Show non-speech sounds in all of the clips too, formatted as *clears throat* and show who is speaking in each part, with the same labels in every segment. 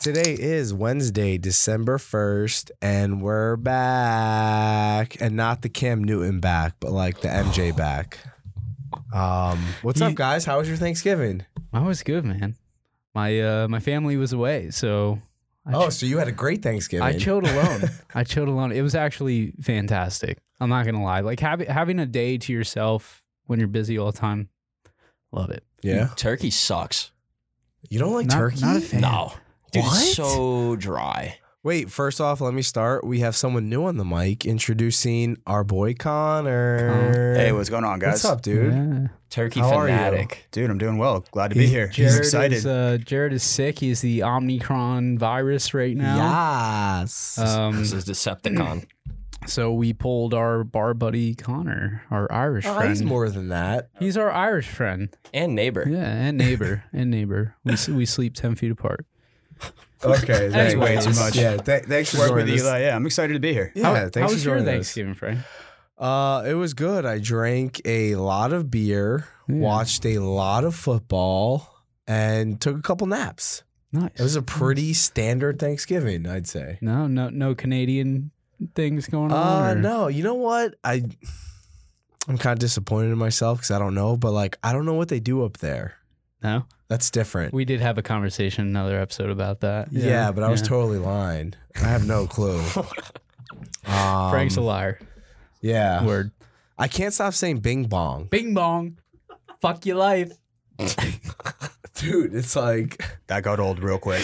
Speaker 1: today is Wednesday, December 1st, and we're back. And not the Cam Newton back, but like the
Speaker 2: *sighs*
Speaker 1: MJ back. Um, what's up,
Speaker 2: You-
Speaker 1: guys? How was your Thanksgiving?
Speaker 2: I was good, man. My uh, my family was away, so I,
Speaker 1: Oh,
Speaker 2: ch-
Speaker 1: so you had a great Thanksgiving.
Speaker 2: I
Speaker 1: *laughs*
Speaker 2: chilled alone. I chilled alone. It was actually fantastic. I'm not gonna lie. Like having having a day to yourself when you're busy all the time, love it.
Speaker 1: Yeah.
Speaker 3: Turkey sucks.
Speaker 1: You don't like
Speaker 2: Not-
Speaker 1: turkey?
Speaker 2: not a fan.
Speaker 3: No. Dude,
Speaker 1: What?
Speaker 3: it's so dry.
Speaker 1: Wait, first off, let me start. We have someone new on the mic introducing our boy Connor.
Speaker 4: Hey, what's going on, guys?
Speaker 1: What's up, dude?
Speaker 2: Yeah.
Speaker 3: Turkey
Speaker 1: How are you? Mm.
Speaker 3: fanatic.
Speaker 4: Dude, I'm doing well. Glad to be
Speaker 1: He's-
Speaker 4: here.
Speaker 1: Jared
Speaker 4: He's
Speaker 1: is,
Speaker 4: excited.
Speaker 2: Is, uh, Jared is sick. He's the Omicron virus right now.
Speaker 1: Yes.
Speaker 2: Um,
Speaker 3: This is Decepticon.
Speaker 2: so we pulled our bar buddy Connor, our Irish
Speaker 1: Oh,
Speaker 2: friend.
Speaker 1: he's more than that.
Speaker 2: He's our Irish friend.
Speaker 3: and neighbor.
Speaker 2: Yeah, and neighbor, and neighbor. We s- we sleep ten feet apart. *laughs*
Speaker 4: Okay, that's way
Speaker 2: Anyways.
Speaker 4: too much.
Speaker 1: Yeah, th- thanks for
Speaker 4: Work with
Speaker 1: joining us.
Speaker 4: Eli. Yeah, I'm excited to be here.
Speaker 1: Yeah,
Speaker 2: how,
Speaker 1: thanks
Speaker 2: how
Speaker 1: for
Speaker 2: was your
Speaker 1: joining us.
Speaker 2: Thanksgiving, Frank?
Speaker 1: Uh, it was good. I drank a lot of beer,
Speaker 2: Yeah.
Speaker 1: watched a lot of football, and took a couple naps.
Speaker 2: Nice.
Speaker 1: It was a pretty standard Thanksgiving, I'd say.
Speaker 2: no, no, no Canadian things going
Speaker 1: Uh,
Speaker 2: on. or-
Speaker 1: no, you know what? I I'm kind of disappointed in myself because I don't know, but like I don't know what they do up there.
Speaker 2: no.
Speaker 1: That's different.
Speaker 2: We did have a conversation in another episode about that.
Speaker 1: yeah, but I was
Speaker 2: yeah.
Speaker 1: totally lying. I have no clue. um,
Speaker 2: *laughs*
Speaker 1: uh,
Speaker 2: Frank's a liar.
Speaker 1: Yeah,
Speaker 2: Word.
Speaker 1: I can't stop saying Bing Bong,
Speaker 2: Bing bong. Fuck your life.
Speaker 1: *laughs* dude. It's like.
Speaker 4: That got old real quick.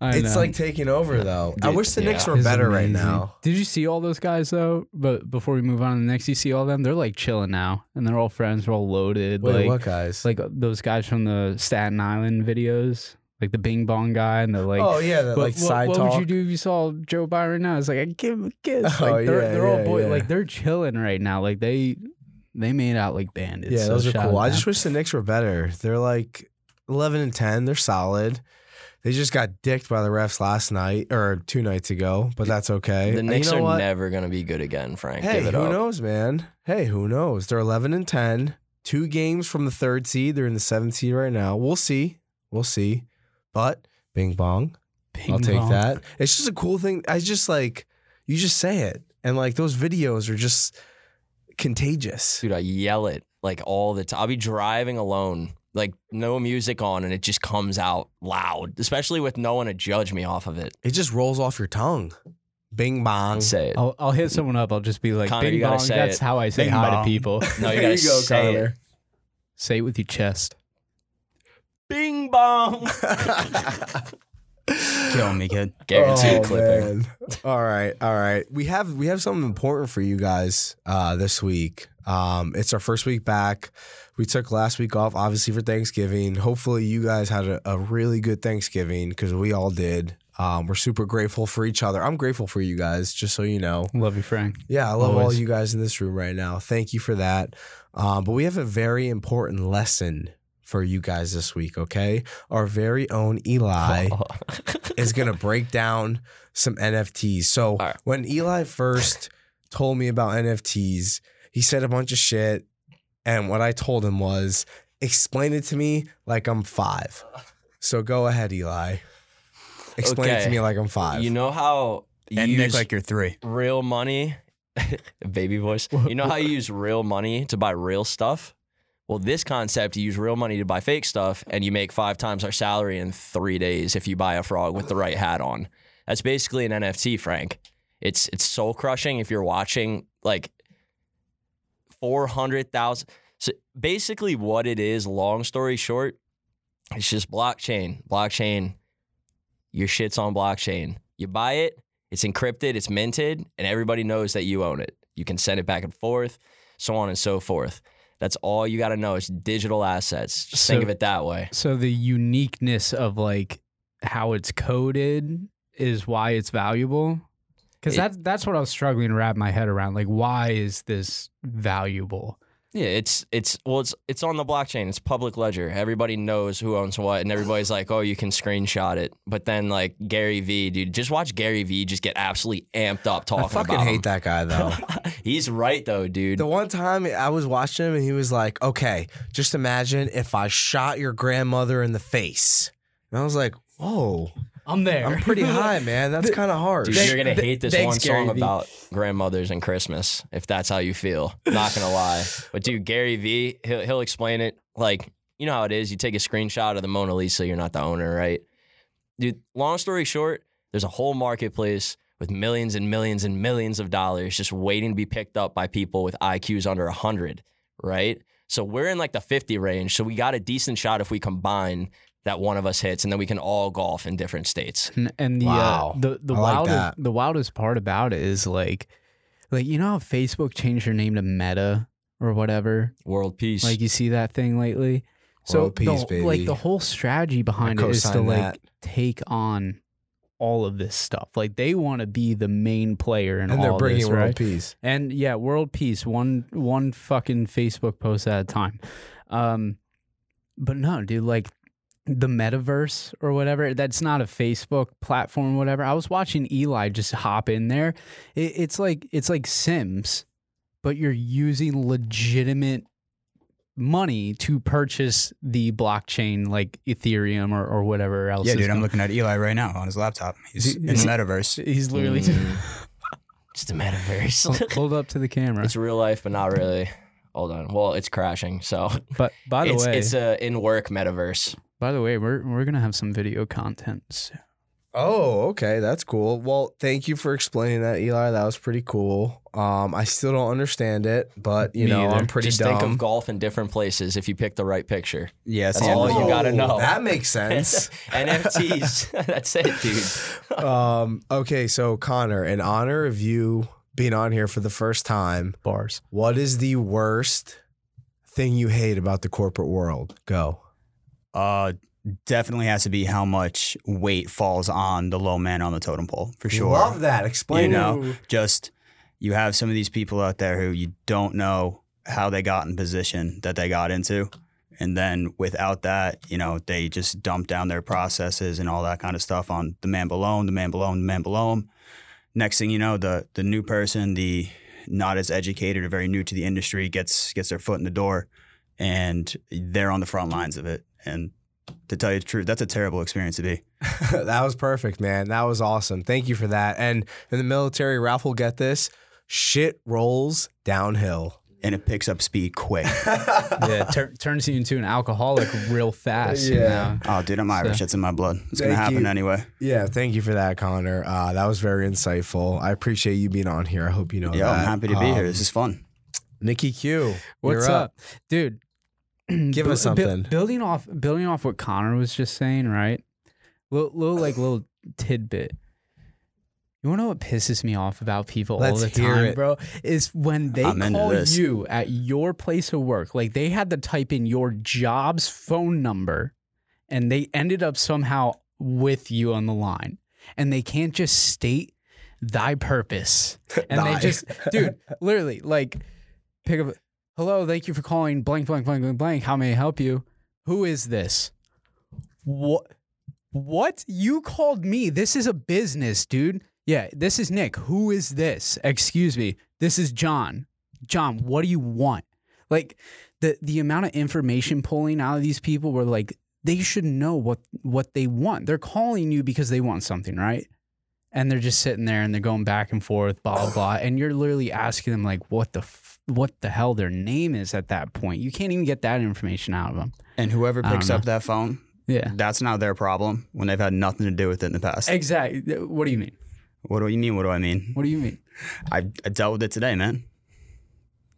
Speaker 2: I
Speaker 1: It's
Speaker 2: know.
Speaker 1: like taking over though. I
Speaker 3: Dude,
Speaker 1: wish the
Speaker 3: yeah.
Speaker 1: Knicks were
Speaker 2: It's
Speaker 1: better right
Speaker 2: amazing.
Speaker 1: now.
Speaker 2: Did you see all those guys though? But before we move on to the next, you see all them. They're like chilling now, and they're all friends. They're all loaded.
Speaker 1: Wait,
Speaker 2: like
Speaker 1: what guys?
Speaker 2: It's like uh, those guys from the Staten Island videos, like the Bing Bong guy and the like.
Speaker 1: oh yeah, that
Speaker 2: what,
Speaker 1: like
Speaker 2: what-
Speaker 1: side
Speaker 2: what
Speaker 1: talk.
Speaker 2: would you do if you saw Joe Byron now? It's like I give him a kiss. Like
Speaker 1: Oh,
Speaker 2: they're,
Speaker 1: yeah,
Speaker 2: they're all
Speaker 1: yeah,
Speaker 2: boy,
Speaker 1: yeah.
Speaker 2: like they're chilling right now. Like they they made out like bandits.
Speaker 1: yeah,
Speaker 2: so
Speaker 1: those are
Speaker 2: shout
Speaker 1: cool.
Speaker 2: out
Speaker 1: I
Speaker 2: to
Speaker 1: just
Speaker 2: them.
Speaker 1: wish the Knicks were better. They're like eleven and ten. They're solid. They just got dicked by the refs last night or two nights ago, but that's okay.
Speaker 3: The
Speaker 1: And
Speaker 3: Knicks
Speaker 1: you know
Speaker 3: are
Speaker 1: what?
Speaker 3: never gonna be good again, Frank.
Speaker 1: Hey,
Speaker 3: Give it
Speaker 1: who
Speaker 3: up.
Speaker 1: knows, man? Hey, who knows? They're eleven and ten. Two games from the third seed. They're in the seventh seed right now. We'll see. We'll see. But Bing Bong.
Speaker 2: Bing
Speaker 1: I'll take
Speaker 2: Bong.
Speaker 1: that. It's just a cool thing. I just like you just say it, and like those videos are just contagious.
Speaker 3: Dude, I yell it like all the time. I'll be driving alone, like no music on, and it just comes out loud, especially with no one to judge me off of it.
Speaker 1: It just rolls off your tongue. Bing bong. *laughs*
Speaker 3: I'd say it.
Speaker 1: Oh.
Speaker 2: I'll, I'll hit someone up. I'll just be like,
Speaker 3: Connor,
Speaker 2: Bing
Speaker 3: you gotta
Speaker 2: Bong.
Speaker 3: say
Speaker 2: That's
Speaker 3: it.
Speaker 2: how I say
Speaker 4: Bing
Speaker 2: hi to
Speaker 4: Bong.
Speaker 2: people.
Speaker 3: *laughs*
Speaker 2: *laughs*
Speaker 3: No,
Speaker 1: *laughs* There
Speaker 3: you gotta
Speaker 1: you go,
Speaker 3: say it.
Speaker 2: say it with your chest.
Speaker 3: Bing bong.
Speaker 4: Kill me, kid.
Speaker 3: Guaranteed clipping.
Speaker 1: Oh, man. All right, all right. We have we have something important for you guys uh, this week. Um, it's our first week back. We took last week off, obviously for Thanksgiving. Hopefully, you guys had a, a really good Thanksgiving because we all did. Um, we're super grateful for each other. I'm grateful for you guys, just so you know.
Speaker 2: Love you, Frank.
Speaker 1: Yeah, I love all
Speaker 2: Always.
Speaker 1: you guys in this room right now. Thank you for that. Um, but we have a very important lesson for you guys this week, okay? Our very own
Speaker 3: *laughs*
Speaker 1: Eli is going to break down some NFTs. So
Speaker 3: right.
Speaker 1: when Eli first told me about NFTs, he said a bunch of shit. And what I told him was, explain it to me like I'm five. So go ahead, Eli. Explain it to
Speaker 3: Okay.
Speaker 1: me like I'm five.
Speaker 3: you know how you
Speaker 4: And Nick,
Speaker 3: use
Speaker 4: like you're three.
Speaker 3: real money, *laughs* baby voice. You know how you use real money to buy real stuff? Well, this concept, you use real money to buy fake stuff, and you make five times our salary in three days if you buy a frog with the right hat on. That's basically an NFT, Frank. It's it's soul crushing if you're watching like four hundred thousand. So basically, what it is, long story short, it's just blockchain. Blockchain, your shit's on blockchain. You buy it, it's encrypted, it's minted, and everybody knows that you own it. You can send it back and forth, so on and so forth. That's all you got to know. It's digital assets. Just think
Speaker 2: So-
Speaker 3: of it that way.
Speaker 2: So the uniqueness of like how it's coded is why it's valuable. Because
Speaker 3: It-
Speaker 2: that's that's what I was struggling to wrap my head around. Like, why is this valuable?
Speaker 3: Yeah, it's it's well, it's it's on the blockchain. It's public ledger. Everybody knows who owns what, and everybody's like, "Oh, you can screenshot it." But then, like Gary V, dude, just watch Gary V just get absolutely amped up talking
Speaker 1: I fucking
Speaker 3: about
Speaker 1: hate
Speaker 3: him.
Speaker 1: that guy,
Speaker 3: *laughs*
Speaker 1: though.
Speaker 3: He's right though, dude.
Speaker 1: The one time I was watching him and he was like, okay, just imagine if I shot your grandmother in the face. And I was like, whoa,
Speaker 2: I'm there.
Speaker 1: I'm
Speaker 2: *laughs*
Speaker 1: pretty high, man.
Speaker 3: *laughs*
Speaker 1: That's kind of harsh.
Speaker 3: Dude,
Speaker 4: Thank-
Speaker 3: you're gonna
Speaker 4: th-
Speaker 3: hate this
Speaker 4: thanks,
Speaker 3: one
Speaker 4: Gary
Speaker 3: song
Speaker 4: Vee.
Speaker 3: about grandmothers and Christmas, if that's how you feel. Not gonna lie, but dude, Gary V, he'll he'll explain it like you know how it is. You take a screenshot of the Mona Lisa, you're not the owner, right? Dude, long story short, there's a whole marketplace with millions and millions and millions of dollars just waiting to be picked up by people with IQs under 100, right? So we're in like the 50 range, so we got a decent shot if we combine that one of us hits, and then we can all golf in different states.
Speaker 2: And, and the
Speaker 1: Wow.
Speaker 2: uh, the the
Speaker 1: I like
Speaker 2: wildest
Speaker 1: that.
Speaker 2: the wildest part about it is like, like you know how Facebook changed their name to Meta or whatever.
Speaker 3: World peace.
Speaker 2: Like you see that thing lately. So
Speaker 1: World peace,
Speaker 2: the, like
Speaker 1: baby.
Speaker 2: the whole strategy behind it is to
Speaker 1: co-sign
Speaker 2: like
Speaker 1: that.
Speaker 2: take on all of this stuff. Like they want to be the main player in
Speaker 1: and
Speaker 2: all
Speaker 1: they're
Speaker 2: of
Speaker 1: bringing
Speaker 2: this,
Speaker 1: world
Speaker 2: right?
Speaker 1: peace.
Speaker 2: And yeah, world peace, one one fucking Facebook post at a time. Um but no, dude, like the metaverse or whatever, that's not a Facebook platform, whatever. I was watching Eli just hop in there. It, it's like it's like Sims, but you're using legitimate money to purchase the blockchain like Ethereum or, or whatever else.
Speaker 4: Yeah,
Speaker 2: is
Speaker 4: dude, I'm
Speaker 2: going-
Speaker 4: looking at Eli right now on his laptop. He's
Speaker 2: Is
Speaker 4: in
Speaker 2: he-
Speaker 4: the
Speaker 2: is he-
Speaker 4: metaverse.
Speaker 2: he's literally
Speaker 3: Mm. it's the metaverse.
Speaker 2: pulled Mm. up to the camera.
Speaker 3: *laughs* it's real life, but not really. Hold on. Well, it's crashing. So
Speaker 2: But by the
Speaker 3: it's
Speaker 2: way,
Speaker 3: it's a in work metaverse.
Speaker 2: by the way, we're we're gonna have some video content soon.
Speaker 1: Oh, okay, that's cool. Well, thank you for explaining that, Eli. That was pretty cool. Um, I still don't understand it, but you
Speaker 2: Me
Speaker 1: know,
Speaker 2: either.
Speaker 1: I'm pretty
Speaker 3: Just
Speaker 1: dumb.
Speaker 3: think of golf in different places if you pick the right picture.
Speaker 4: Yeah,
Speaker 3: That's all you gotta
Speaker 1: *laughs*
Speaker 3: know.
Speaker 1: That makes sense.
Speaker 3: NFTs. That's it, dude.
Speaker 1: um, okay, so Connor, in honor of you being on here for the first time,
Speaker 2: Bars.
Speaker 1: what is the worst thing you hate about the corporate world? Go.
Speaker 4: Uh, definitely has to be how much weight falls on the low man on the totem pole for sure.
Speaker 1: Love that. Explain
Speaker 4: You
Speaker 1: it.
Speaker 4: know, just you have some of these people out there who you don't know how they got in position that they got into. And then without that, you know, they just dump down their processes and all that kind of stuff on the man below him, the man below him, the man below him. Next thing you know, the the new person, the not as educated or very new to the industry gets gets their foot in the door and they're on the front lines of it. And to tell you the truth, that's a terrible experience to be.
Speaker 1: *laughs* that was perfect, man. That was awesome. Thank you for that. And in the military, Ralph will get this. Shit rolls
Speaker 4: *laughs*
Speaker 1: downhill.
Speaker 4: And it picks up speed
Speaker 1: *laughs*
Speaker 4: quick.
Speaker 2: yeah, tur- turns you into an alcoholic real fast. You
Speaker 1: Yeah.
Speaker 2: know?
Speaker 4: Oh, dude, I'm Irish. It's in my blood. It's gonna
Speaker 1: Thank
Speaker 4: happen
Speaker 1: you.
Speaker 4: anyway.
Speaker 1: Yeah, thank you for that, Connor. Uh, that was very insightful. I appreciate you being on here. I hope you know
Speaker 4: Yeah,
Speaker 1: that.
Speaker 4: I'm happy to be here.
Speaker 1: Um,
Speaker 4: This is fun.
Speaker 1: Nikki Q.
Speaker 2: What's
Speaker 1: you're
Speaker 2: up? dude? *clears throat*
Speaker 1: Give us
Speaker 2: Bu- bu-
Speaker 1: something.
Speaker 2: building off building off what Connor was just saying, right? Little, little like
Speaker 1: *sighs*
Speaker 2: little tidbit. You wanna know what pisses me off about people all
Speaker 1: Let's
Speaker 2: the
Speaker 1: hear
Speaker 2: time,
Speaker 1: it.
Speaker 2: bro? Is when they
Speaker 4: I'm into
Speaker 2: call
Speaker 4: this.
Speaker 2: you at your place of work. Like they had to type in your job's phone number, and they ended up somehow with you on the line, and they can't just state thy *laughs* purpose. And
Speaker 1: Thy.
Speaker 2: they just, dude, literally, like, pick up. Hello, thank you for calling. Blank, blank, blank, blank, blank. How may I help you? Who is this? What? What? You called me. This is a business, dude. Yeah, this is Nick. Who is this? Excuse me. This is John. John, what do you want? Like the the amount of information pulling out of these people were like they should know what what they want. They're calling you because they want something, right? And they're just sitting there and they're going back and forth, blah blah blah. And you're literally asking them like what the f- what the hell their name is at that point. You can't even get that information out of them.
Speaker 4: And whoever
Speaker 2: I don't
Speaker 4: picks up that phone,
Speaker 2: Yeah.
Speaker 4: that's not their problem when they've had nothing to do with it in the past.
Speaker 2: Exactly. What do you mean?
Speaker 4: What do you mean? What do I mean?
Speaker 2: What do you mean?
Speaker 4: I, I dealt with it today, man.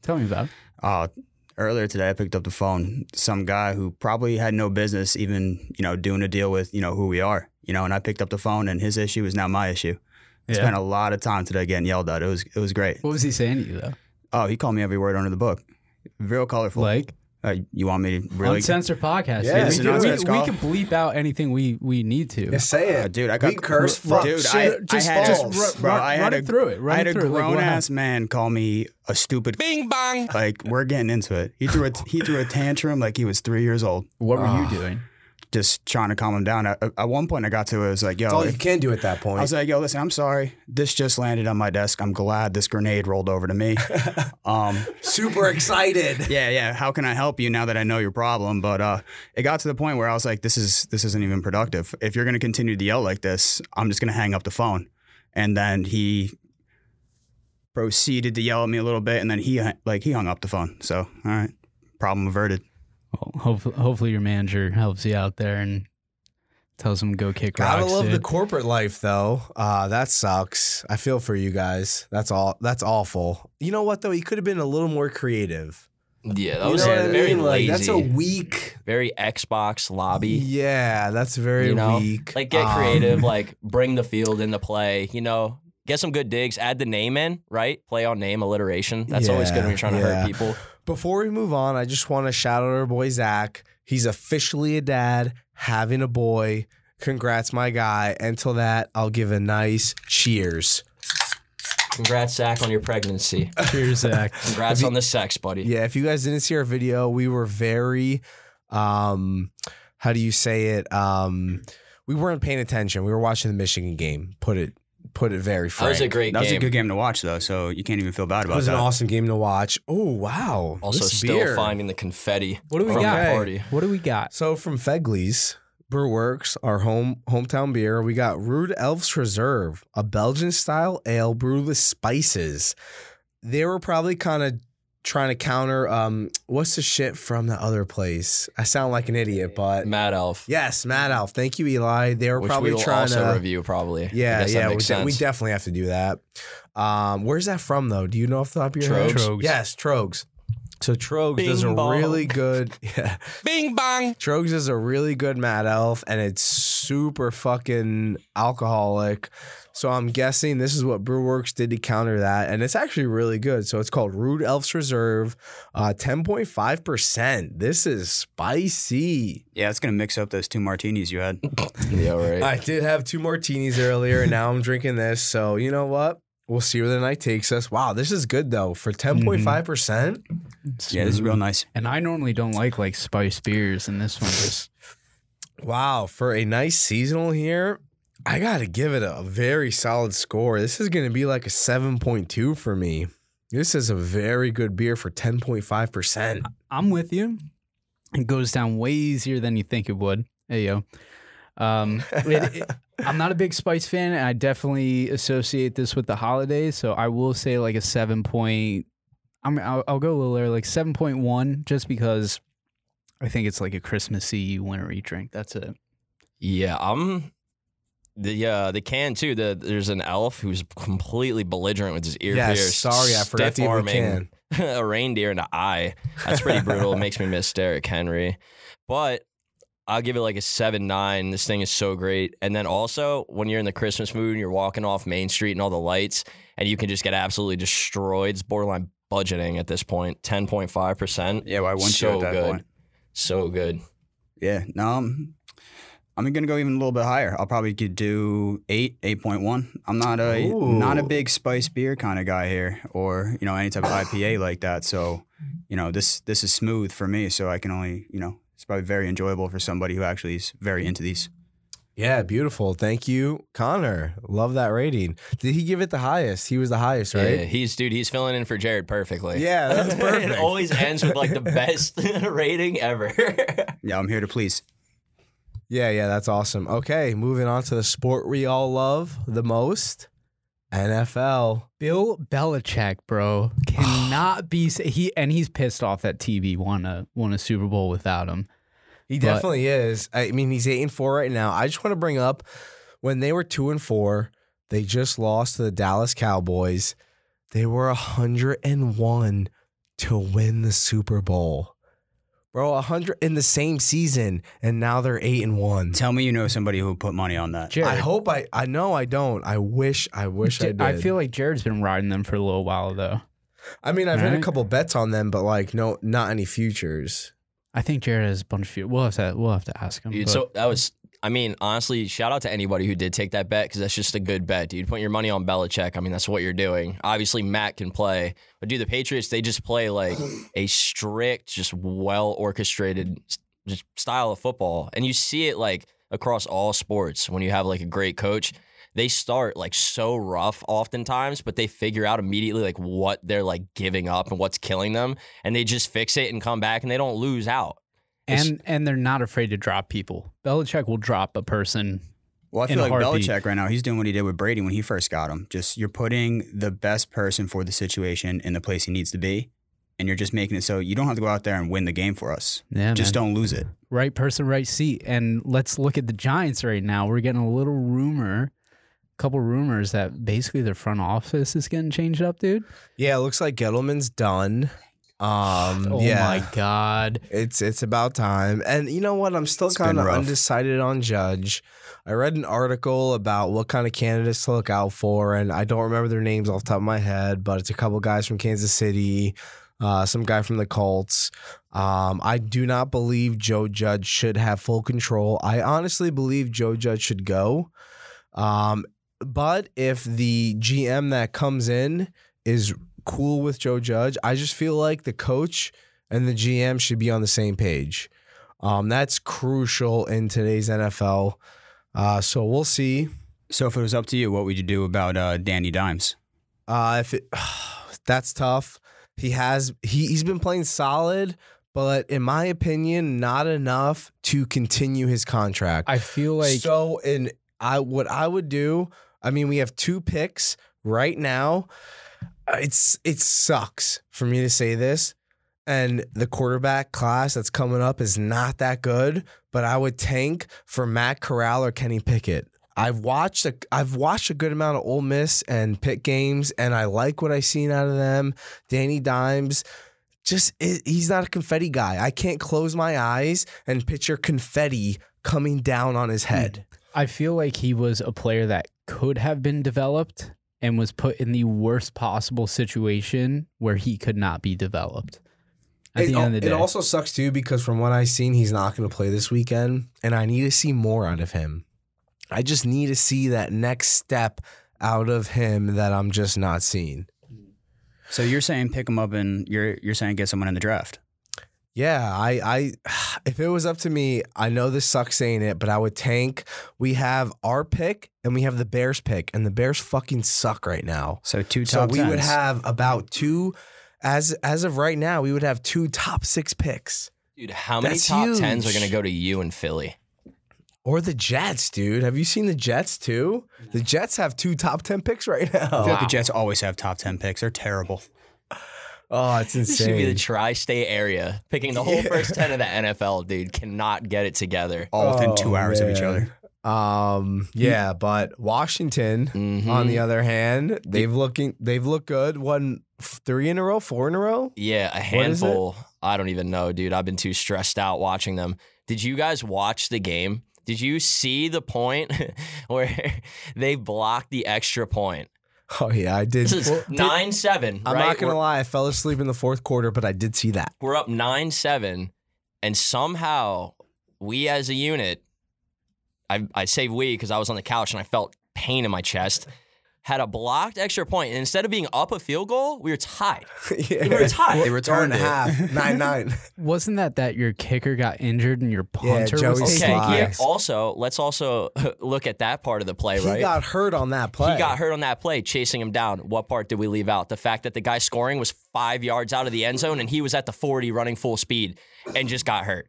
Speaker 2: Tell me about. it.
Speaker 4: Uh, earlier today, I picked up the phone. Some guy who probably had no business even, you know, doing a deal with, you know, who we are, you know. And I picked up the phone, and his issue is now my issue. I
Speaker 2: Yeah.
Speaker 4: Spent a lot of time today getting yelled at. It was it was great.
Speaker 2: What was he saying to you though?
Speaker 4: Oh, he called me every word under the book. Real colorful.
Speaker 2: Like
Speaker 4: uh, you want me to really?
Speaker 2: uncensored podcast.
Speaker 1: Yeah,
Speaker 2: dude.
Speaker 1: it's
Speaker 2: we,
Speaker 1: an
Speaker 2: can, we,
Speaker 4: uncensored
Speaker 2: we
Speaker 4: call.
Speaker 2: can bleep out anything we we need to.
Speaker 1: up. Say
Speaker 4: Uh,
Speaker 1: it.
Speaker 4: dude, I got
Speaker 1: we curse. Fuck.
Speaker 4: dude,
Speaker 1: shit.
Speaker 4: I,
Speaker 1: just
Speaker 4: I had
Speaker 1: balls.
Speaker 4: A, *laughs* bro,
Speaker 2: Run-
Speaker 4: I
Speaker 2: run
Speaker 4: had
Speaker 2: it
Speaker 4: a,
Speaker 2: through it, run
Speaker 4: I had
Speaker 2: it
Speaker 4: a
Speaker 2: through it, like, what
Speaker 4: grown ass man call me a stupid. Bing bong. Like we're getting into it. He threw a he threw a tantrum like he was three years old.
Speaker 2: What were you doing?
Speaker 4: just trying to calm him down. At, at one point, I got to it, I was like, yo,
Speaker 1: That's all
Speaker 4: if-
Speaker 1: you can do at that
Speaker 4: I was
Speaker 1: point.
Speaker 4: like, yo, listen, I'm sorry. This just landed on my desk. I'm glad this grenade rolled over
Speaker 1: *laughs*
Speaker 4: to me. um,
Speaker 1: Super excited.
Speaker 4: yeah, yeah. How can I help you now that I know your problem? But uh, it got to the point where I was like, this is this isn't even productive. If you're going to continue to yell like this, I'm just going to hang up the phone. And then he proceeded to yell at me a little bit, and then he hu- like he hung up the phone. So all right, problem averted.
Speaker 2: Well, hopefully, hopefully your manager helps you out there and tells him go kick
Speaker 1: Gotta
Speaker 2: rocks.
Speaker 1: love the
Speaker 2: dude.
Speaker 1: corporate life though. Uh, that sucks. I feel for you guys. That's all. That's awful. You know what though? He could have been a little more creative.
Speaker 3: Yeah, that
Speaker 1: you
Speaker 3: was
Speaker 1: know
Speaker 3: yeah,
Speaker 1: what I
Speaker 3: very
Speaker 1: mean? Like
Speaker 3: lazy.
Speaker 1: that's a weak.
Speaker 3: very Xbox lobby.
Speaker 1: Yeah, that's very
Speaker 3: you know,
Speaker 1: weak.
Speaker 3: like get
Speaker 1: Um,
Speaker 3: creative, like bring the field into play. You know, get some good digs. Add the name in, right? Play on name alliteration. That's always good when
Speaker 1: Yeah,
Speaker 3: you're trying to
Speaker 1: yeah.
Speaker 3: hurt people.
Speaker 1: *laughs* Before we move on, I just want to shout out our boy Zach. He's officially a dad, having a boy. Congrats, my guy. Until that, I'll give a nice cheers.
Speaker 3: Congrats, Zach, on your pregnancy.
Speaker 2: Cheers, Zach.
Speaker 3: Congrats on the sex, buddy.
Speaker 1: Yeah, if you guys didn't see our video, we were very um how do you say it? Um we weren't paying attention. We were watching the Michigan game. Put it put it very
Speaker 3: that
Speaker 1: frank.
Speaker 3: was a great
Speaker 4: That was a
Speaker 3: game.
Speaker 4: good game to watch though, so you can't even feel bad
Speaker 1: It
Speaker 4: about
Speaker 1: was
Speaker 4: that.
Speaker 1: an awesome game to watch. Oh wow.
Speaker 3: Also,
Speaker 1: This
Speaker 3: still
Speaker 1: beer.
Speaker 3: finding the confetti.
Speaker 2: What do we
Speaker 3: from
Speaker 2: got?
Speaker 3: The party.
Speaker 2: What do we got?
Speaker 1: So from Fegley's Brew Works, our home hometown beer, we got Rude Elf's Reserve, a Belgian style ale brewed with spices. They were probably kind of trying to counter um what's the shit from the other place? I sound like an idiot, but
Speaker 3: Mad Elf.
Speaker 1: Yes, Mad Elf. Thank you, Eli. They were
Speaker 3: Which
Speaker 1: probably
Speaker 3: we will
Speaker 1: trying
Speaker 3: also
Speaker 1: to
Speaker 3: review probably. I
Speaker 1: Yeah,
Speaker 3: guess
Speaker 1: yeah.
Speaker 3: That
Speaker 1: We,
Speaker 3: makes
Speaker 1: de- we
Speaker 3: sense.
Speaker 1: definitely have to do that. Um, where's that from though? Do you know off the top of your head?
Speaker 3: Trogs.
Speaker 2: Trogs.
Speaker 1: Yes, Trogs. So Trogs does
Speaker 3: Bing
Speaker 1: a
Speaker 3: bong.
Speaker 1: really good *laughs* yeah.
Speaker 3: Bing bang.
Speaker 1: Trogs is a really good Mad Elf, and it's super fucking alcoholic. So I'm guessing this is what Brewworks did to counter that, and it's actually really good. So it's called Rude Elf's Reserve, uh, 10.5%. This is spicy.
Speaker 4: yeah, it's gonna mix up those two martinis you had.
Speaker 3: Yeah, right.
Speaker 1: I did have two martinis earlier, and now I'm drinking this. So you know what? We'll see where the night takes us. Wow, this is good though. For 10.5 percent,
Speaker 4: yeah, this is real nice.
Speaker 2: And I normally don't like like spice beers, and this one just
Speaker 1: wow. For a nice seasonal here, I gotta give it a very solid score. This is gonna be like a 7.2 for me. This is a very good beer for 10.5 percent.
Speaker 2: I'm with you. It goes down way easier than you think it would. Hey yo.
Speaker 1: *laughs*
Speaker 2: Um, it- it- I'm not a big spice fan, and I definitely associate this with the holidays. So I will say like a seven point. I'm I'll, I'll go a little lower, like seven point one, just because I think it's like a Christmassy wintery drink. That's it.
Speaker 3: Yeah, I'm the uh the can too. The there's an elf who's completely belligerent with his ear
Speaker 1: Yes,
Speaker 3: pierced.
Speaker 1: sorry, I forgot to even
Speaker 3: stiff-arming *laughs* a reindeer in the eye. That's pretty
Speaker 1: *laughs*
Speaker 3: brutal. It makes me miss Derrick Henry. But I'll give it like a seven nine. This thing is so great. And then also when you're in the Christmas mood and you're walking off Main Street and all the lights, and you can just get absolutely destroyed. It's borderline budgeting at this point. Ten point five percent.
Speaker 4: Yeah, why wouldn't you
Speaker 3: So
Speaker 4: at that
Speaker 3: good.
Speaker 4: point?
Speaker 3: So good.
Speaker 4: Yeah, no, I'm, I'm gonna go even a little bit higher. I'll probably could do eight, eight point one. I'm not a
Speaker 1: Ooh.
Speaker 4: not a big spice beer kind of guy here, or you know any type of IPA like that. So, you know this this is smooth for me. So I can only you know it's probably very enjoyable for somebody who actually is very into these.
Speaker 1: Yeah, beautiful. Thank you, Connor. Love that rating. Did he give it the highest? He was the highest,
Speaker 3: Yeah,
Speaker 1: right?
Speaker 3: he's dude. He's filling in for Jared perfectly.
Speaker 1: Yeah, that's perfect.
Speaker 3: *laughs* it always ends with like the best *laughs* rating ever. *laughs*
Speaker 4: Yeah, I'm here to please.
Speaker 1: Yeah, yeah, that's awesome. Okay, moving on to the sport we all love the most NFL.
Speaker 2: Bill Belichick, bro,
Speaker 1: *sighs*
Speaker 2: cannot be sa- he and he's pissed off that TV won a won a Super Bowl without him.
Speaker 1: He
Speaker 2: But-
Speaker 1: definitely is. I mean, he's eight and four right now. I just want to bring up when they were two and four, they just lost to the Dallas Cowboys. They were 101 to win the Super Bowl. Bro, 100 in the same season, and now they're eight and one.
Speaker 4: Tell me you know somebody who would put money on that.
Speaker 2: Jared,
Speaker 1: I hope I, I know I don't. I wish, I wish I did.
Speaker 2: I feel like Jared's been riding them for a little while though.
Speaker 1: I mean, I've had a
Speaker 2: Alright.
Speaker 1: couple bets on them, but like, no, not any futures.
Speaker 2: I think Jared has a bunch of few. We'll have to we'll have to ask him.
Speaker 3: dude,
Speaker 2: but-
Speaker 3: so that was. I mean, honestly, shout out to anybody who did take that bet because that's just a good bet, dude. Putting your money on Belichick. I mean, that's what you're doing. Obviously, Matt can play, but dude, the Patriots they just play like a strict, just well orchestrated just style of football. And you see it like across all sports when you have like a great coach. They start like so rough oftentimes, but they figure out immediately like what they're like giving up and what's killing them. And they just fix it and come back and they don't lose out. It's-
Speaker 2: and and they're not afraid to drop people. Belichick will drop a person.
Speaker 4: Well, I
Speaker 2: in
Speaker 4: feel
Speaker 2: a
Speaker 4: like
Speaker 2: heartbeat.
Speaker 4: Belichick right now, he's doing what he did with Brady when he first got him. Just you're putting the best person for the situation in the place he needs to be, and you're just making it so you don't have to go out there and win the game for us.
Speaker 2: Yeah,
Speaker 4: Just don't lose it.
Speaker 2: right person, right seat. And let's look at the Giants right now. We're getting a little rumor, a couple rumors that basically their front office is getting changed up, dude.
Speaker 1: Yeah, it looks like Gettleman's done. Um,
Speaker 2: Oh
Speaker 1: yeah,
Speaker 2: my god.
Speaker 1: it's it's about time. And you know what? I'm still
Speaker 4: It's been
Speaker 1: kind of
Speaker 4: rough.
Speaker 1: undecided on Judge. I read an article about what kind of candidates to look out for, and I don't remember their names off the top of my head, but it's a couple guys from Kansas City, uh, some guy from the Colts. Um, I do not believe Joe Judge should have full control. I honestly believe Joe Judge should go. Um, but if the GM that comes in is cool with Joe Judge, I just feel like the coach and the GM should be on the same page. Um, that's crucial in today's NFL. Uh, so we'll see
Speaker 4: So if it was up to you, what would you do about uh, Danny Dimes?
Speaker 1: uh, if it, *sighs* that's tough. He has he he's been playing solid, but in my opinion, not enough to continue his contract.
Speaker 2: I feel like
Speaker 1: so and I what I would do, I mean, we have two picks right now. Uh, It's it sucks for me to say this. And the quarterback class that's coming up is not that good, but I would tank for Matt Corral or Kenny Pickett. I've watched a I've watched a good amount of Ole Miss and Pitt games, and I like what I've seen out of them. Danny Dimes, just i- he's not a confetti guy. I can't close my eyes and picture confetti coming down on his head.
Speaker 2: I feel like he was a player that could have been developed and was put in the worst possible situation where he could not be developed. At
Speaker 1: it,
Speaker 2: the end of
Speaker 1: it
Speaker 2: the day.
Speaker 1: also sucks too because from what I've seen, he's not going to play this weekend, and I need to see more out of him. I just need to see that next step out of him that I'm just not seeing.
Speaker 4: So you're saying pick him up and you're you're saying get someone in the draft.
Speaker 1: Yeah, I, I, *sighs* if it was up to me, I know this sucks saying it, but I would tank. We have our pick and we have the Bears pick, and the Bears fucking suck right now.
Speaker 4: So two
Speaker 1: So
Speaker 4: top
Speaker 1: we would
Speaker 4: tens.
Speaker 1: have about two, as as of right now, we would have two top six picks
Speaker 3: Dude, how many
Speaker 1: That's
Speaker 3: top tens are
Speaker 1: huge.
Speaker 3: going to go to you in Philly?
Speaker 1: or the Jets, dude. Have you seen the Jets too? The Jets have two top ten picks right
Speaker 4: I feel
Speaker 1: now.
Speaker 4: like the Jets always have top ten picks. They're terrible.
Speaker 1: *laughs* Oh, it's
Speaker 3: This should be the
Speaker 1: insane.
Speaker 3: tri-state area, picking the whole first ten of the NFL. Dude, cannot get it together.
Speaker 4: All within
Speaker 1: Oh,
Speaker 4: two hours of each
Speaker 1: man.
Speaker 4: other. Hmm.
Speaker 1: Um, yeah, but Washington. On
Speaker 3: Mm-hmm.
Speaker 1: the other hand, they've looking they've looked good. Won f- three in a row, four in a row. *laughs*
Speaker 3: yeah, a
Speaker 1: What is it?
Speaker 3: handful. I don't even know, dude. I've been too stressed out watching them. Did you guys watch the game? Did you see the point *laughs* where *laughs* they blocked the extra point?
Speaker 1: Oh yeah, I did.
Speaker 4: *laughs*
Speaker 3: This is nine seven.
Speaker 1: I'm
Speaker 3: right?
Speaker 1: not gonna
Speaker 3: We're-
Speaker 1: lie, I fell asleep in the fourth quarter, but I did see that. *laughs*
Speaker 3: we're up nine seven, and somehow we as a unit, I I say we because I was on the couch and I felt pain in my chest, had a blocked extra point, and instead of being up a field goal, we were tied. We were tied.
Speaker 4: They returned
Speaker 1: and a
Speaker 4: it.
Speaker 1: half, nine
Speaker 4: *laughs*
Speaker 1: nine.
Speaker 2: Wasn't that that your kicker got injured and your punter was
Speaker 1: Joey
Speaker 2: taken?
Speaker 3: Okay.
Speaker 1: Sly.
Speaker 3: Yeah. Also, let's also *laughs* look at that part of the play,
Speaker 1: he
Speaker 3: right?
Speaker 1: got hurt on that
Speaker 3: He
Speaker 1: play.
Speaker 3: got hurt on that play, chasing him down. What part did we leave out? The fact that the guy scoring was five yards out of the end zone and he was at the 40 running full speed and just got hurt.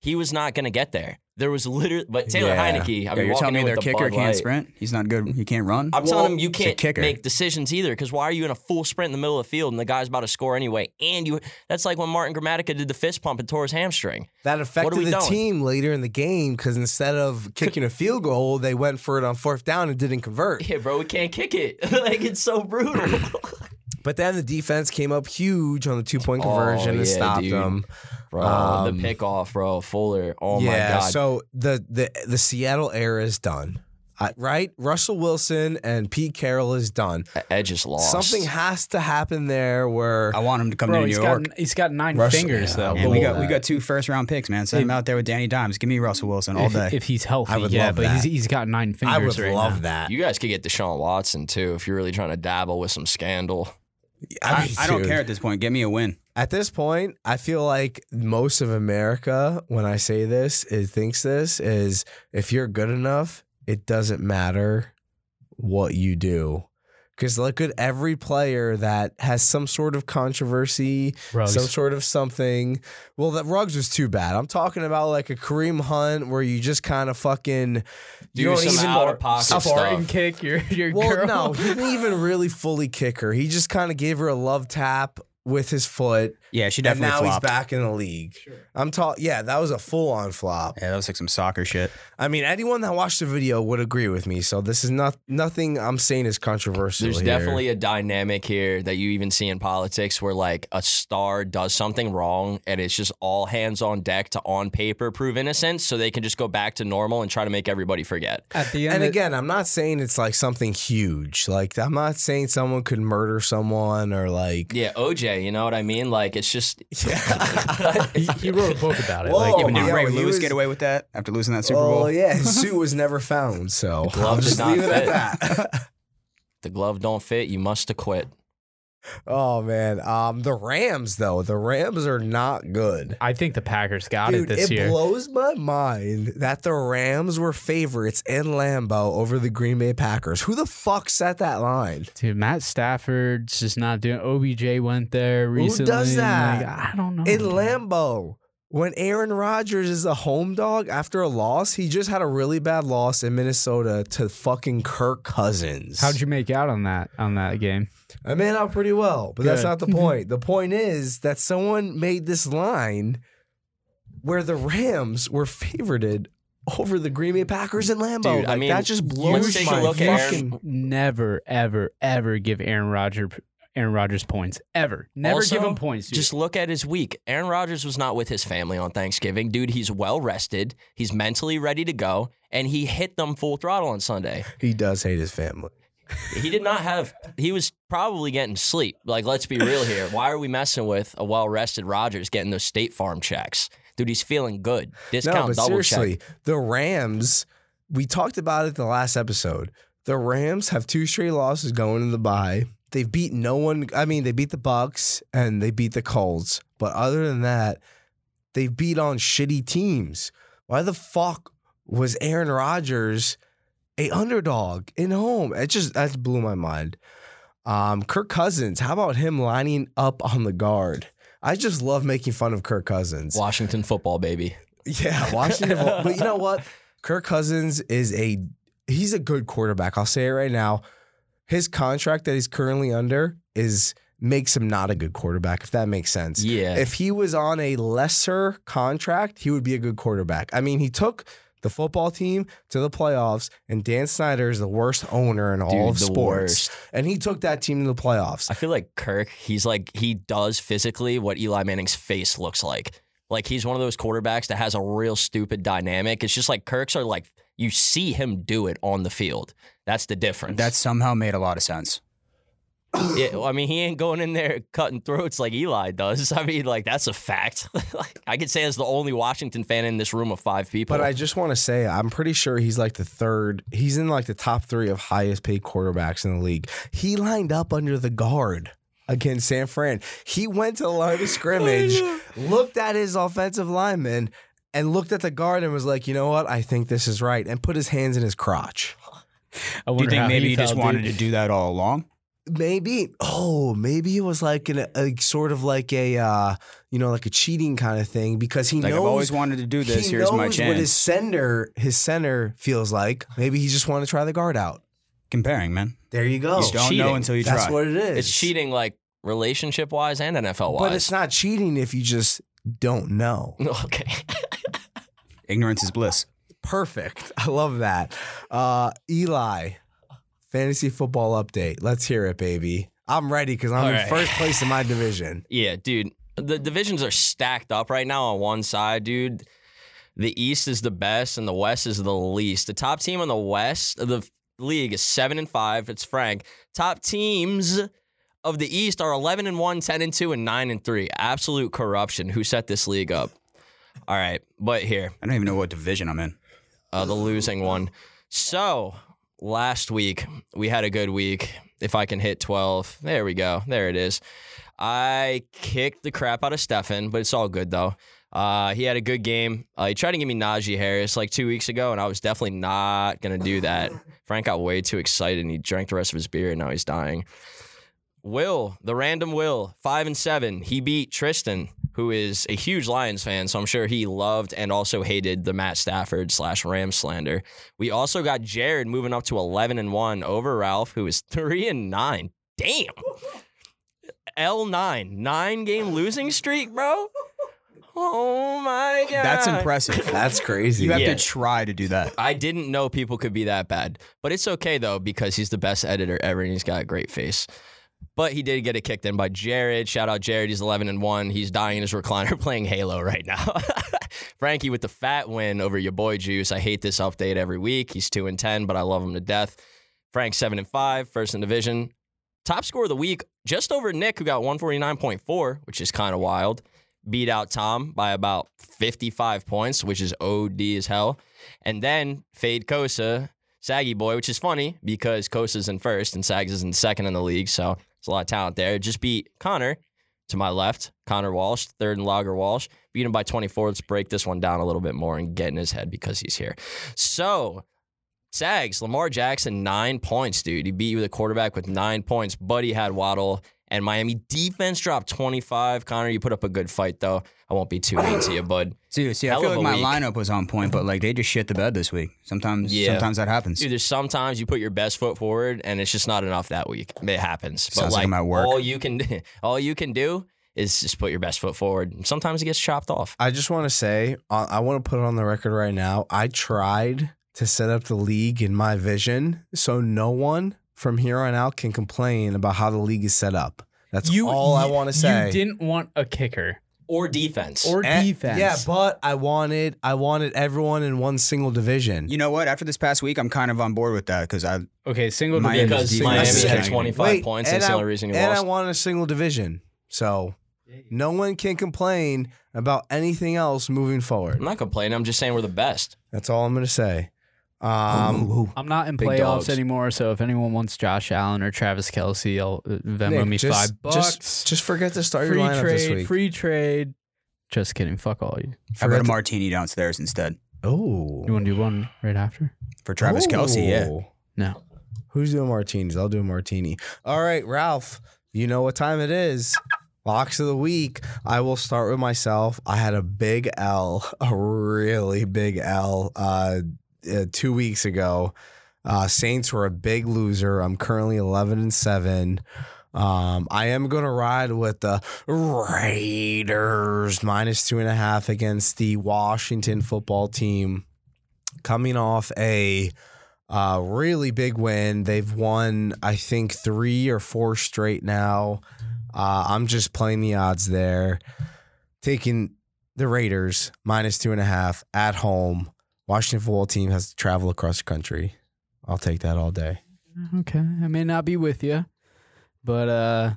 Speaker 3: He was not going to get there. There was literally, but Taylor
Speaker 1: Yeah.
Speaker 3: Heineke, I
Speaker 4: Yeah,
Speaker 3: mean,
Speaker 4: you're telling
Speaker 3: walking
Speaker 4: me
Speaker 3: in
Speaker 4: their
Speaker 3: with the
Speaker 4: kicker
Speaker 3: Bud
Speaker 4: can't
Speaker 3: Light.
Speaker 4: sprint. He's not good. He can't run.
Speaker 3: I'm telling him you
Speaker 4: it's a
Speaker 3: can't
Speaker 4: kicker.
Speaker 3: make decisions either because why are you in a full sprint in the middle of the field and the guy's about to score anyway? And you that's like when Martin Grammatica did the fist pump and tore his hamstring. *laughs*
Speaker 1: that
Speaker 3: What are
Speaker 1: affected
Speaker 3: we
Speaker 1: the
Speaker 3: doing?
Speaker 1: team later in the game because instead of kicking a field goal, they went for it on fourth down and didn't convert.
Speaker 3: Yeah, bro, we can't kick it. *laughs* like, it's so
Speaker 4: *laughs*
Speaker 3: brutal.
Speaker 1: But then the defense came up huge on the two point conversion
Speaker 3: Oh, yeah,
Speaker 1: and stopped
Speaker 3: dude.
Speaker 1: them.
Speaker 3: bro,
Speaker 1: Um,
Speaker 3: the pickoff, bro. Fuller. Oh, my
Speaker 1: yeah,
Speaker 3: God.
Speaker 1: so the the the Seattle era is done, I, right? Russell Wilson and Pete Carroll is done.
Speaker 3: Edge is lost.
Speaker 1: Something has to happen there where
Speaker 4: I want him to come
Speaker 2: Bro,
Speaker 4: to New
Speaker 2: he's
Speaker 4: York.
Speaker 2: got, he's got nine
Speaker 1: Russell-
Speaker 2: fingers,
Speaker 1: yeah,
Speaker 2: though.
Speaker 1: I
Speaker 4: And we
Speaker 1: Lord.
Speaker 4: got we got two first round picks, man. Send him out there with Danny Dimes. Give me Russell Wilson all
Speaker 2: if,
Speaker 4: day.
Speaker 2: if he's healthy,
Speaker 1: I would
Speaker 2: yeah,
Speaker 1: love
Speaker 2: but he's,
Speaker 1: that.
Speaker 2: he's got nine fingers
Speaker 1: I would
Speaker 2: right
Speaker 1: love
Speaker 2: now.
Speaker 1: that.
Speaker 3: You guys could get Deshaun Watson too if you're really trying to dabble with some scandal.
Speaker 4: I,
Speaker 1: mean,
Speaker 4: I don't
Speaker 1: dude,
Speaker 4: care at this point. Give me a win.
Speaker 1: At this point, I feel like most of America, when I say this, it thinks this is if you're good enough, it doesn't matter what you do. Because look at every player that has some sort of controversy,
Speaker 5: Rugs.
Speaker 1: some sort of something. Well, that Ruggs was too bad. I'm talking about like a Kareem Hunt where you just kind of fucking
Speaker 3: Do some out of pocket
Speaker 5: a
Speaker 3: stuff.
Speaker 5: foreign kick your your
Speaker 1: well,
Speaker 5: girl.
Speaker 1: no, he didn't even *laughs* really fully kick her. He just kind of gave her a love tap with his foot,
Speaker 4: Yeah, she
Speaker 1: and
Speaker 4: definitely
Speaker 1: now
Speaker 4: flopped.
Speaker 1: he's back in the league. I'm talking. Yeah, that was a full on flop.
Speaker 4: Yeah, that was like some soccer shit.
Speaker 1: I mean, anyone that watched the video would agree with me. So this is not nothing I'm saying is controversial.
Speaker 3: There's
Speaker 1: here.
Speaker 3: definitely a dynamic here that you even see in politics where like a star does something wrong and it's just all hands on deck to on paper prove innocence so they can just go back to normal and try to make everybody forget.
Speaker 2: *laughs* At the end,
Speaker 1: And
Speaker 2: of-
Speaker 1: again, I'm not saying it's like something huge. Like I'm not saying someone could murder someone or like. *laughs*
Speaker 3: Yeah, OJ, you know what I mean? Like it's just *laughs*
Speaker 5: he, he wrote a book about it.
Speaker 1: Whoa.
Speaker 5: Like,
Speaker 1: Oh, Yeah,
Speaker 5: it was-
Speaker 1: but dude,
Speaker 4: did
Speaker 1: yo,
Speaker 4: Ray
Speaker 1: he
Speaker 4: Lewis
Speaker 1: was-
Speaker 4: get away with that after losing that Super
Speaker 1: well,
Speaker 3: *laughs*
Speaker 4: Bowl?
Speaker 1: yeah, his suit was never found. So I'll
Speaker 3: did
Speaker 1: just
Speaker 3: not
Speaker 1: leave it at
Speaker 3: fit.
Speaker 1: that.
Speaker 3: the glove don't fit, you must acquit.
Speaker 1: Oh man, um, the Rams though the Rams are not good.
Speaker 5: I think the Packers got
Speaker 1: Dude,
Speaker 5: it this year.
Speaker 1: blows my mind that the Rams were favorites in Lambeau over the Green Bay Packers. Who the fuck set that line?
Speaker 2: dude, Matt Stafford's just not doing. OBJ went there
Speaker 1: does
Speaker 2: recently. and,
Speaker 1: that?
Speaker 2: like, I don't know.
Speaker 1: In
Speaker 2: dude.
Speaker 1: Lambeau, when Aaron Rodgers is a home dog after a loss, he just had a really bad loss in Minnesota to fucking Kirk Cousins.
Speaker 2: How'd you make out on that on that game?
Speaker 1: I made out pretty well, but that's
Speaker 2: Good. Mm-hmm.
Speaker 1: not the point. the point is that someone made this line where the Rams were favorited over the Green Bay Packers in Lambeau.
Speaker 3: Dude, I
Speaker 1: like,
Speaker 3: mean,
Speaker 1: that just blows
Speaker 3: let's take a
Speaker 1: my
Speaker 3: look at Aaron-
Speaker 1: fucking.
Speaker 2: Never, ever, ever give Aaron Rodgers Aaron Rodgers points. Ever. Never
Speaker 3: Also,
Speaker 2: give him points. Dude.
Speaker 3: Just look at his week. Aaron Rodgers was not with his family on Thanksgiving. Dude, he's well rested. He's mentally ready to go. And he hit them full throttle on Sunday.
Speaker 1: He does hate his family.
Speaker 3: He did not have. He was probably getting sleep. Like, let's be real here. Why are we messing with a well-rested Rogers getting those State Farm checks? Dude, he's feeling good. Discount
Speaker 1: no, but
Speaker 3: double
Speaker 1: seriously,
Speaker 3: check.
Speaker 1: the Rams. We talked about it the last episode. The Rams have two straight losses going to the bye. They've beat no one. I mean, they beat the Bucks and they beat the Colts, but other than that, they've beat on shitty teams. Why the fuck was Aaron Rodgers a underdog in home? It just that blew my mind. Um, Kirk Cousins, how about him lining up on the guard? I just love making fun of Kirk Cousins.
Speaker 3: Washington football, baby.
Speaker 1: Yeah, Washington. but you know what? *laughs* Kirk Cousins is a he's a good quarterback. I'll say it right now. His contract that he's currently under is makes him not a good quarterback, if that makes sense.
Speaker 3: Yeah.
Speaker 1: If he was on a lesser contract, he would be a good quarterback. I mean, he took the football team to the playoffs, and Dan Snyder is the worst owner in all of
Speaker 3: the
Speaker 1: sports. And he took that team to the playoffs.
Speaker 3: I feel like Kirk, he's like, he does physically what Eli Manning's face looks like. Like, he's one of those quarterbacks that has a real stupid dynamic. It's just like Kirk's are like, you see him do it on the field. That's the difference.
Speaker 4: *laughs* That somehow made a lot of sense.
Speaker 3: Yeah, well, I mean, he ain't going in there cutting throats like Eli does. *laughs* I mean, like that's a fact. *laughs* like, I could say as the only Washington fan in this room of five people.
Speaker 1: But I just want to say, I'm pretty sure he's like the third. He's in like the top three of highest paid quarterbacks in the league. He lined up under the guard against San Fran. He went to the line
Speaker 4: *laughs*
Speaker 1: of scrimmage, looked at his offensive lineman, and looked at the guard and was like, you know what? I think this is right. And put his hands in his crotch.
Speaker 2: I
Speaker 4: Do
Speaker 2: wonder
Speaker 4: you think
Speaker 2: how
Speaker 4: maybe
Speaker 2: he,
Speaker 4: he just
Speaker 2: felt,
Speaker 4: wanted
Speaker 2: dude.
Speaker 4: to do that all along?
Speaker 1: Maybe, oh, maybe it was like an, a sort of like a, uh, you know, like a cheating kind of thing because he
Speaker 4: Like
Speaker 1: knows
Speaker 4: I've always wanted to do this.
Speaker 1: he
Speaker 4: Here's
Speaker 1: knows
Speaker 4: my chance.
Speaker 1: what his sender, his center feels like. Maybe he just wanted to try the guard out.
Speaker 4: Comparing, man.
Speaker 1: There you go.
Speaker 4: you don't
Speaker 3: cheating.
Speaker 4: know until you
Speaker 1: Oh, That's
Speaker 4: try.
Speaker 1: what it is.
Speaker 3: it's cheating, like relationship wise and NFL wise.
Speaker 1: but it's not cheating if you just don't know.
Speaker 3: *laughs* okay.
Speaker 4: Ignorance is bliss.
Speaker 1: Perfect. *laughs* I love that. Uh, Eli, fantasy football update. Let's hear it, baby. I'm ready because I'm
Speaker 3: All
Speaker 1: in
Speaker 3: right.
Speaker 1: first place in my
Speaker 4: *laughs*
Speaker 1: division.
Speaker 3: Yeah, dude. The divisions are stacked up right now on one side, dude. The East is the best and the West is the least. The top team on the West of the league is 7 and 5. It's Frank. Top teams of the East are 11 and 1, 10 and 2 and 9 and 3. Absolute corruption. Who set this league up? All right, but here
Speaker 4: I don't even know what division I'm in.
Speaker 3: uh, the losing one. So last week we had a good week. If I can hit 12, there we go. There it is. I kicked the crap out of Stefan, but it's all good though. Uh, he had a good game. Uh, he tried to give me Najee Harris like two weeks ago, and I was definitely not gonna do that. Frank got way too excited, and he drank the rest of his beer, and now he's dying. Will, the random Will, five and seven. He beat Tristan, who is a huge Lions fan, so I'm sure he loved and also hated the Matt Stafford slash Ram slander. We also got Jared moving up to eleven and one over Ralph, who is three and nine. Damn. L nine, nine game losing streak, bro. Oh my god.
Speaker 4: That's impressive.
Speaker 1: That's crazy.
Speaker 4: You have
Speaker 3: Yeah.
Speaker 4: to try to do that.
Speaker 3: I didn't know people could be that bad. But it's okay though, because he's the best editor ever and he's got a great face. But he did get it kicked in by Jared. Shout out Jared. He's 11 and 1. He's dying in his recliner *laughs* playing Halo right now. *laughs* Frankie with the fat win over your boy Juice. I hate this update every week. He's 2 and 10, but I love him to death. Frank 7 and 5, first in division. Top score of the week, just over Nick, who got 149.4, which is kind of wild. Beat out Tom by about 55 points, which is OD as hell. And then fade Kosa, Saggy Boy, which is funny because Kosa's in first and Sags is in second in the league. So there's a lot of talent there. Just beat Connor to my left, Connor Walsh, third and Lager Walsh. Beat him by 24. Let's break this one down a little bit more and get in his head because he's here. So Sags, Lamar Jackson, nine points, dude. He beat you with a quarterback with nine points. Buddy had Waddle. And Miami defense dropped 25. Connor, you put up a good fight, though. I won't be too mean to you, bud.
Speaker 4: Dude, see,
Speaker 3: Hell
Speaker 4: I feel
Speaker 3: of
Speaker 4: like
Speaker 3: a
Speaker 4: my
Speaker 3: week.
Speaker 4: lineup was on point, but like they just shit the bed this week. Sometimes,
Speaker 3: Yeah.
Speaker 4: sometimes that happens.
Speaker 3: Dude, there's sometimes you put your best foot forward and it's just not enough that week. It happens. But
Speaker 4: Sounds like
Speaker 3: like,
Speaker 4: I'm at work.
Speaker 3: all you can *laughs* all you can do is just put your best foot forward. And sometimes it gets chopped off.
Speaker 1: I just want to say, uh, I, I want to put it on the record right now. I tried to set up the league in my vision so no one from here on out can complain about how the league is set up. That's all I
Speaker 5: you-
Speaker 1: want to say.
Speaker 5: You didn't want a kicker
Speaker 3: Or defense.
Speaker 5: or
Speaker 1: Eh,
Speaker 5: defense.
Speaker 1: Yeah, but I wanted I wanted everyone in one single division.
Speaker 4: You know what? After this past week, I'm kind of on board with that because I
Speaker 5: okay, single
Speaker 4: Miami
Speaker 5: division.
Speaker 3: because
Speaker 4: defense.
Speaker 5: single
Speaker 3: Miami
Speaker 5: division.
Speaker 3: had 25
Speaker 1: Wait,
Speaker 3: points.
Speaker 1: and
Speaker 3: That's the
Speaker 1: I-
Speaker 3: only reason you
Speaker 1: and
Speaker 3: lost.
Speaker 1: I want a single division. So no one can complain about anything else moving forward.
Speaker 3: I'm not complaining. I'm just saying we're the best.
Speaker 1: That's all I'm gonna say. Um,
Speaker 2: I'm not in
Speaker 3: Big
Speaker 2: playoffs
Speaker 3: dogs.
Speaker 2: anymore, so if anyone wants Josh Allen or Travis Kelsey, I'll uh, Venmo
Speaker 1: Nick,
Speaker 2: me
Speaker 1: just,
Speaker 2: five bucks.
Speaker 1: Just, just forget to start
Speaker 2: free
Speaker 1: your lineup
Speaker 2: trade,
Speaker 1: this week.
Speaker 2: free trade. Just kidding. Fuck all you.
Speaker 4: I got
Speaker 1: Forget
Speaker 4: a
Speaker 1: to-
Speaker 4: martini downstairs instead
Speaker 1: Oh,
Speaker 2: You want to do one right after?
Speaker 4: for Travis Kelsey. Yeah,
Speaker 2: No.
Speaker 1: Who's doing martinis? I'll do a martini. All right, Ralph, you know what time it is. Locks of the week. I will start with myself. I had a big L, a really big L, uh, uh, two weeks ago. Uh, Saints were a big loser. I'm currently 11 and 7. Um, I am going to ride with the Raiders minus two and a half against the Washington football team coming off a uh, really big win. They've won, I think, three or four straight now. Uh, I'm just playing the odds there, taking the Raiders minus two and a half at home. Washington football team has to travel across the country. I'll take that all day.
Speaker 2: Okay. I may not be with you, but uh,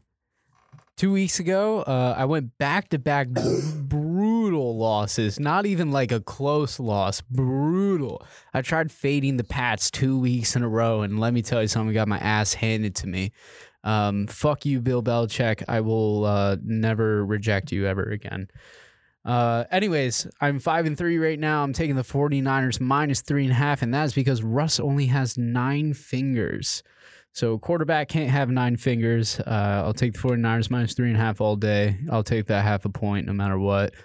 Speaker 2: two weeks ago, uh, I went back to back *coughs* brutal losses. Not even like a close loss. Brutal. I tried fading the Pats two weeks in a row, and let me tell you something. Got my ass handed to me. Um, fuck you, Bill Belichick. I will uh, never reject you ever again. Uh, anyways, I'm five and three right now. I'm taking the 49ers minus three and a half, and that's because Russ only has nine fingers. So quarterback can't have nine fingers. Uh, I'll take the 49ers minus three and a half all day. I'll take that half a point no matter what.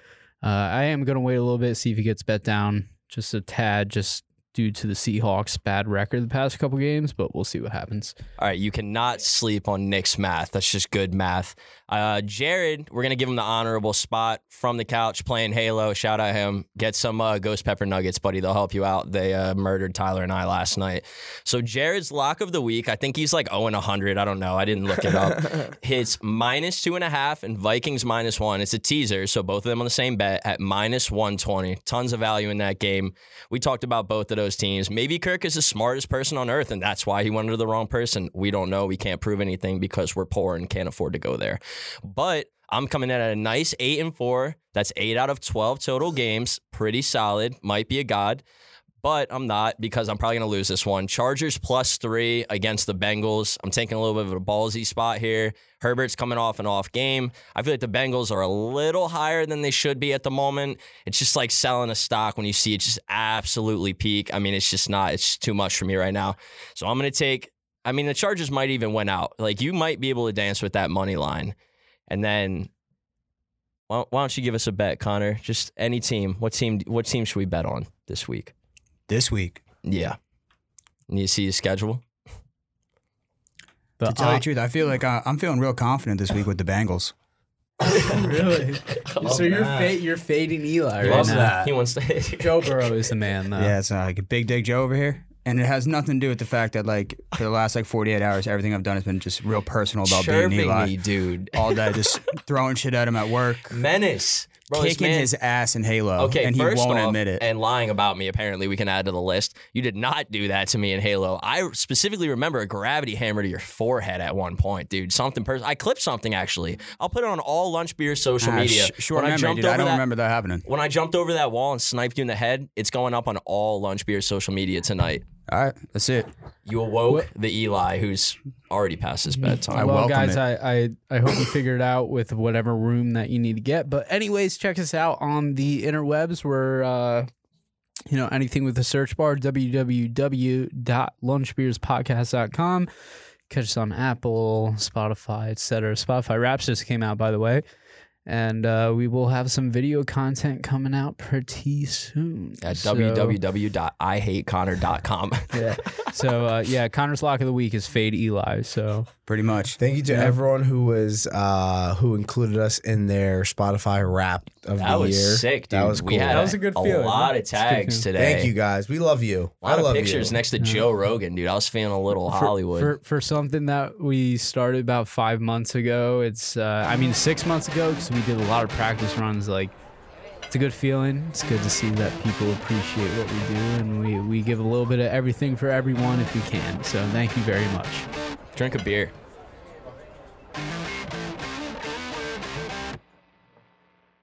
Speaker 2: Uh, I am going to wait a little bit, see if he gets bet down just a tad, just due to the Seahawks' bad record the past couple games, but we'll see what happens.
Speaker 3: All right, you cannot sleep on Nick's math. That's just good math. Uh, Jared, we're gonna give him the honorable spot from the couch playing Halo. Shout out him. Get some uh, ghost pepper nuggets, buddy. They'll help you out. They uh, murdered Tyler and I last night. So Jared's lock of the week. I think he's like 0 and 100. I don't know. I didn't look it up. It's minus two and a half and Vikings minus one. It's a teaser, so both of them on the same bet at minus 120. Tons of value in that game. We talked about both of those teams. Maybe Kirk is the smartest person on earth, and that's why he went under the wrong person. We don't know. We can't prove anything because we're poor and can't afford to go there. But I'm coming in at a nice eight and four. That's eight out of 12 total games. Pretty solid. Might be a god. but I'm not because I'm probably going to lose this one. Chargers plus three against the Bengals. I'm taking a little bit of a ballsy spot here. Herbert's coming off an off game. I feel like the Bengals are a little higher than they should be at the moment. It's just like selling a stock when you see it just absolutely peak. I mean, it's just not, it's just too much for me right now. So I'm going to take, I mean, the Chargers might even win out. Like you might be able to dance with that money line. And then why, why don't you give us a bet, Connor? Just any team. What team, what team should we bet on this week?
Speaker 4: This week,
Speaker 3: Yeah. And you see the schedule?
Speaker 5: The
Speaker 4: to tell you the truth, I feel like I, I'm feeling real confident this week with the Bengals.
Speaker 5: *laughs*
Speaker 3: *laughs*
Speaker 5: really? so you're fa- you're fading Eli right now.
Speaker 3: He wants to. *laughs*
Speaker 5: Joe Burrow is the man, though.
Speaker 4: yeah, it's uh, like a big dig Joe over here. And it has nothing to do with the fact that like for the last like 48 hours, everything I've done has been just real personal about being
Speaker 3: Chirping
Speaker 4: Eli.
Speaker 3: me, dude.
Speaker 4: All day,
Speaker 3: *laughs*
Speaker 4: just throwing shit at him at work,
Speaker 3: Menace. Bro, this
Speaker 4: kicking
Speaker 3: man-
Speaker 4: his ass in Halo,
Speaker 3: Okay,
Speaker 4: and he
Speaker 3: first
Speaker 4: won't
Speaker 3: off,
Speaker 4: admit it.
Speaker 3: And lying about me, apparently, we can add to the list. You did not do that to me in Halo. I specifically remember a gravity hammer to your forehead at one point, dude. Something person. I clipped something actually. I'll put it on all lunch beer social
Speaker 4: Ah,
Speaker 3: media.
Speaker 4: sh- short memory, dude. I don't
Speaker 3: that,
Speaker 4: remember that happening.
Speaker 3: When I jumped over that wall and sniped you in the head, it's going up on all lunch beer social media tonight.
Speaker 4: All right, that's it.
Speaker 3: You awoke the Eli who's already past his bedtime.
Speaker 4: I
Speaker 2: well,
Speaker 4: welcome
Speaker 2: guys,
Speaker 4: it.
Speaker 2: I, I I hope you figure it out with whatever room that you need to get. But anyways, check us out on the interwebs. We're uh, you know anything with the search bar www.lunchbeerspodcast.com. Catch us on Apple, Spotify, etc. Spotify Raps just came out, by the way, and uh, we will have some video content coming out pretty soon.
Speaker 3: at
Speaker 2: So-
Speaker 3: www.ihateconnor.com.
Speaker 2: Yeah. So uh, yeah, Connor's lock of the week is fade Eli. So
Speaker 4: Pretty much.
Speaker 1: Thank you to everyone who was uh, who included us in their Spotify rap of the
Speaker 3: *laughs* That was
Speaker 1: year.
Speaker 3: sick, dude.
Speaker 1: That was cool.
Speaker 3: We had
Speaker 2: That was a good feeling.
Speaker 3: lot of
Speaker 2: It's a good
Speaker 3: tags today.
Speaker 1: Thank you guys. We love you.
Speaker 3: A lot
Speaker 1: I
Speaker 3: of
Speaker 1: love
Speaker 3: pictures
Speaker 1: you.
Speaker 3: next to Joe Rogan, dude. I was feeling a little
Speaker 2: for-
Speaker 3: Hollywood.
Speaker 2: For, for something that we started about five months ago. It's uh, I mean six months ago because we did a lot of practice runs. Like it's a good feeling. It's good to see that people appreciate what we do, and we we give a little bit of everything for everyone if we can. So thank you very much.
Speaker 3: Drink a beer.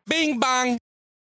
Speaker 6: Bing bang.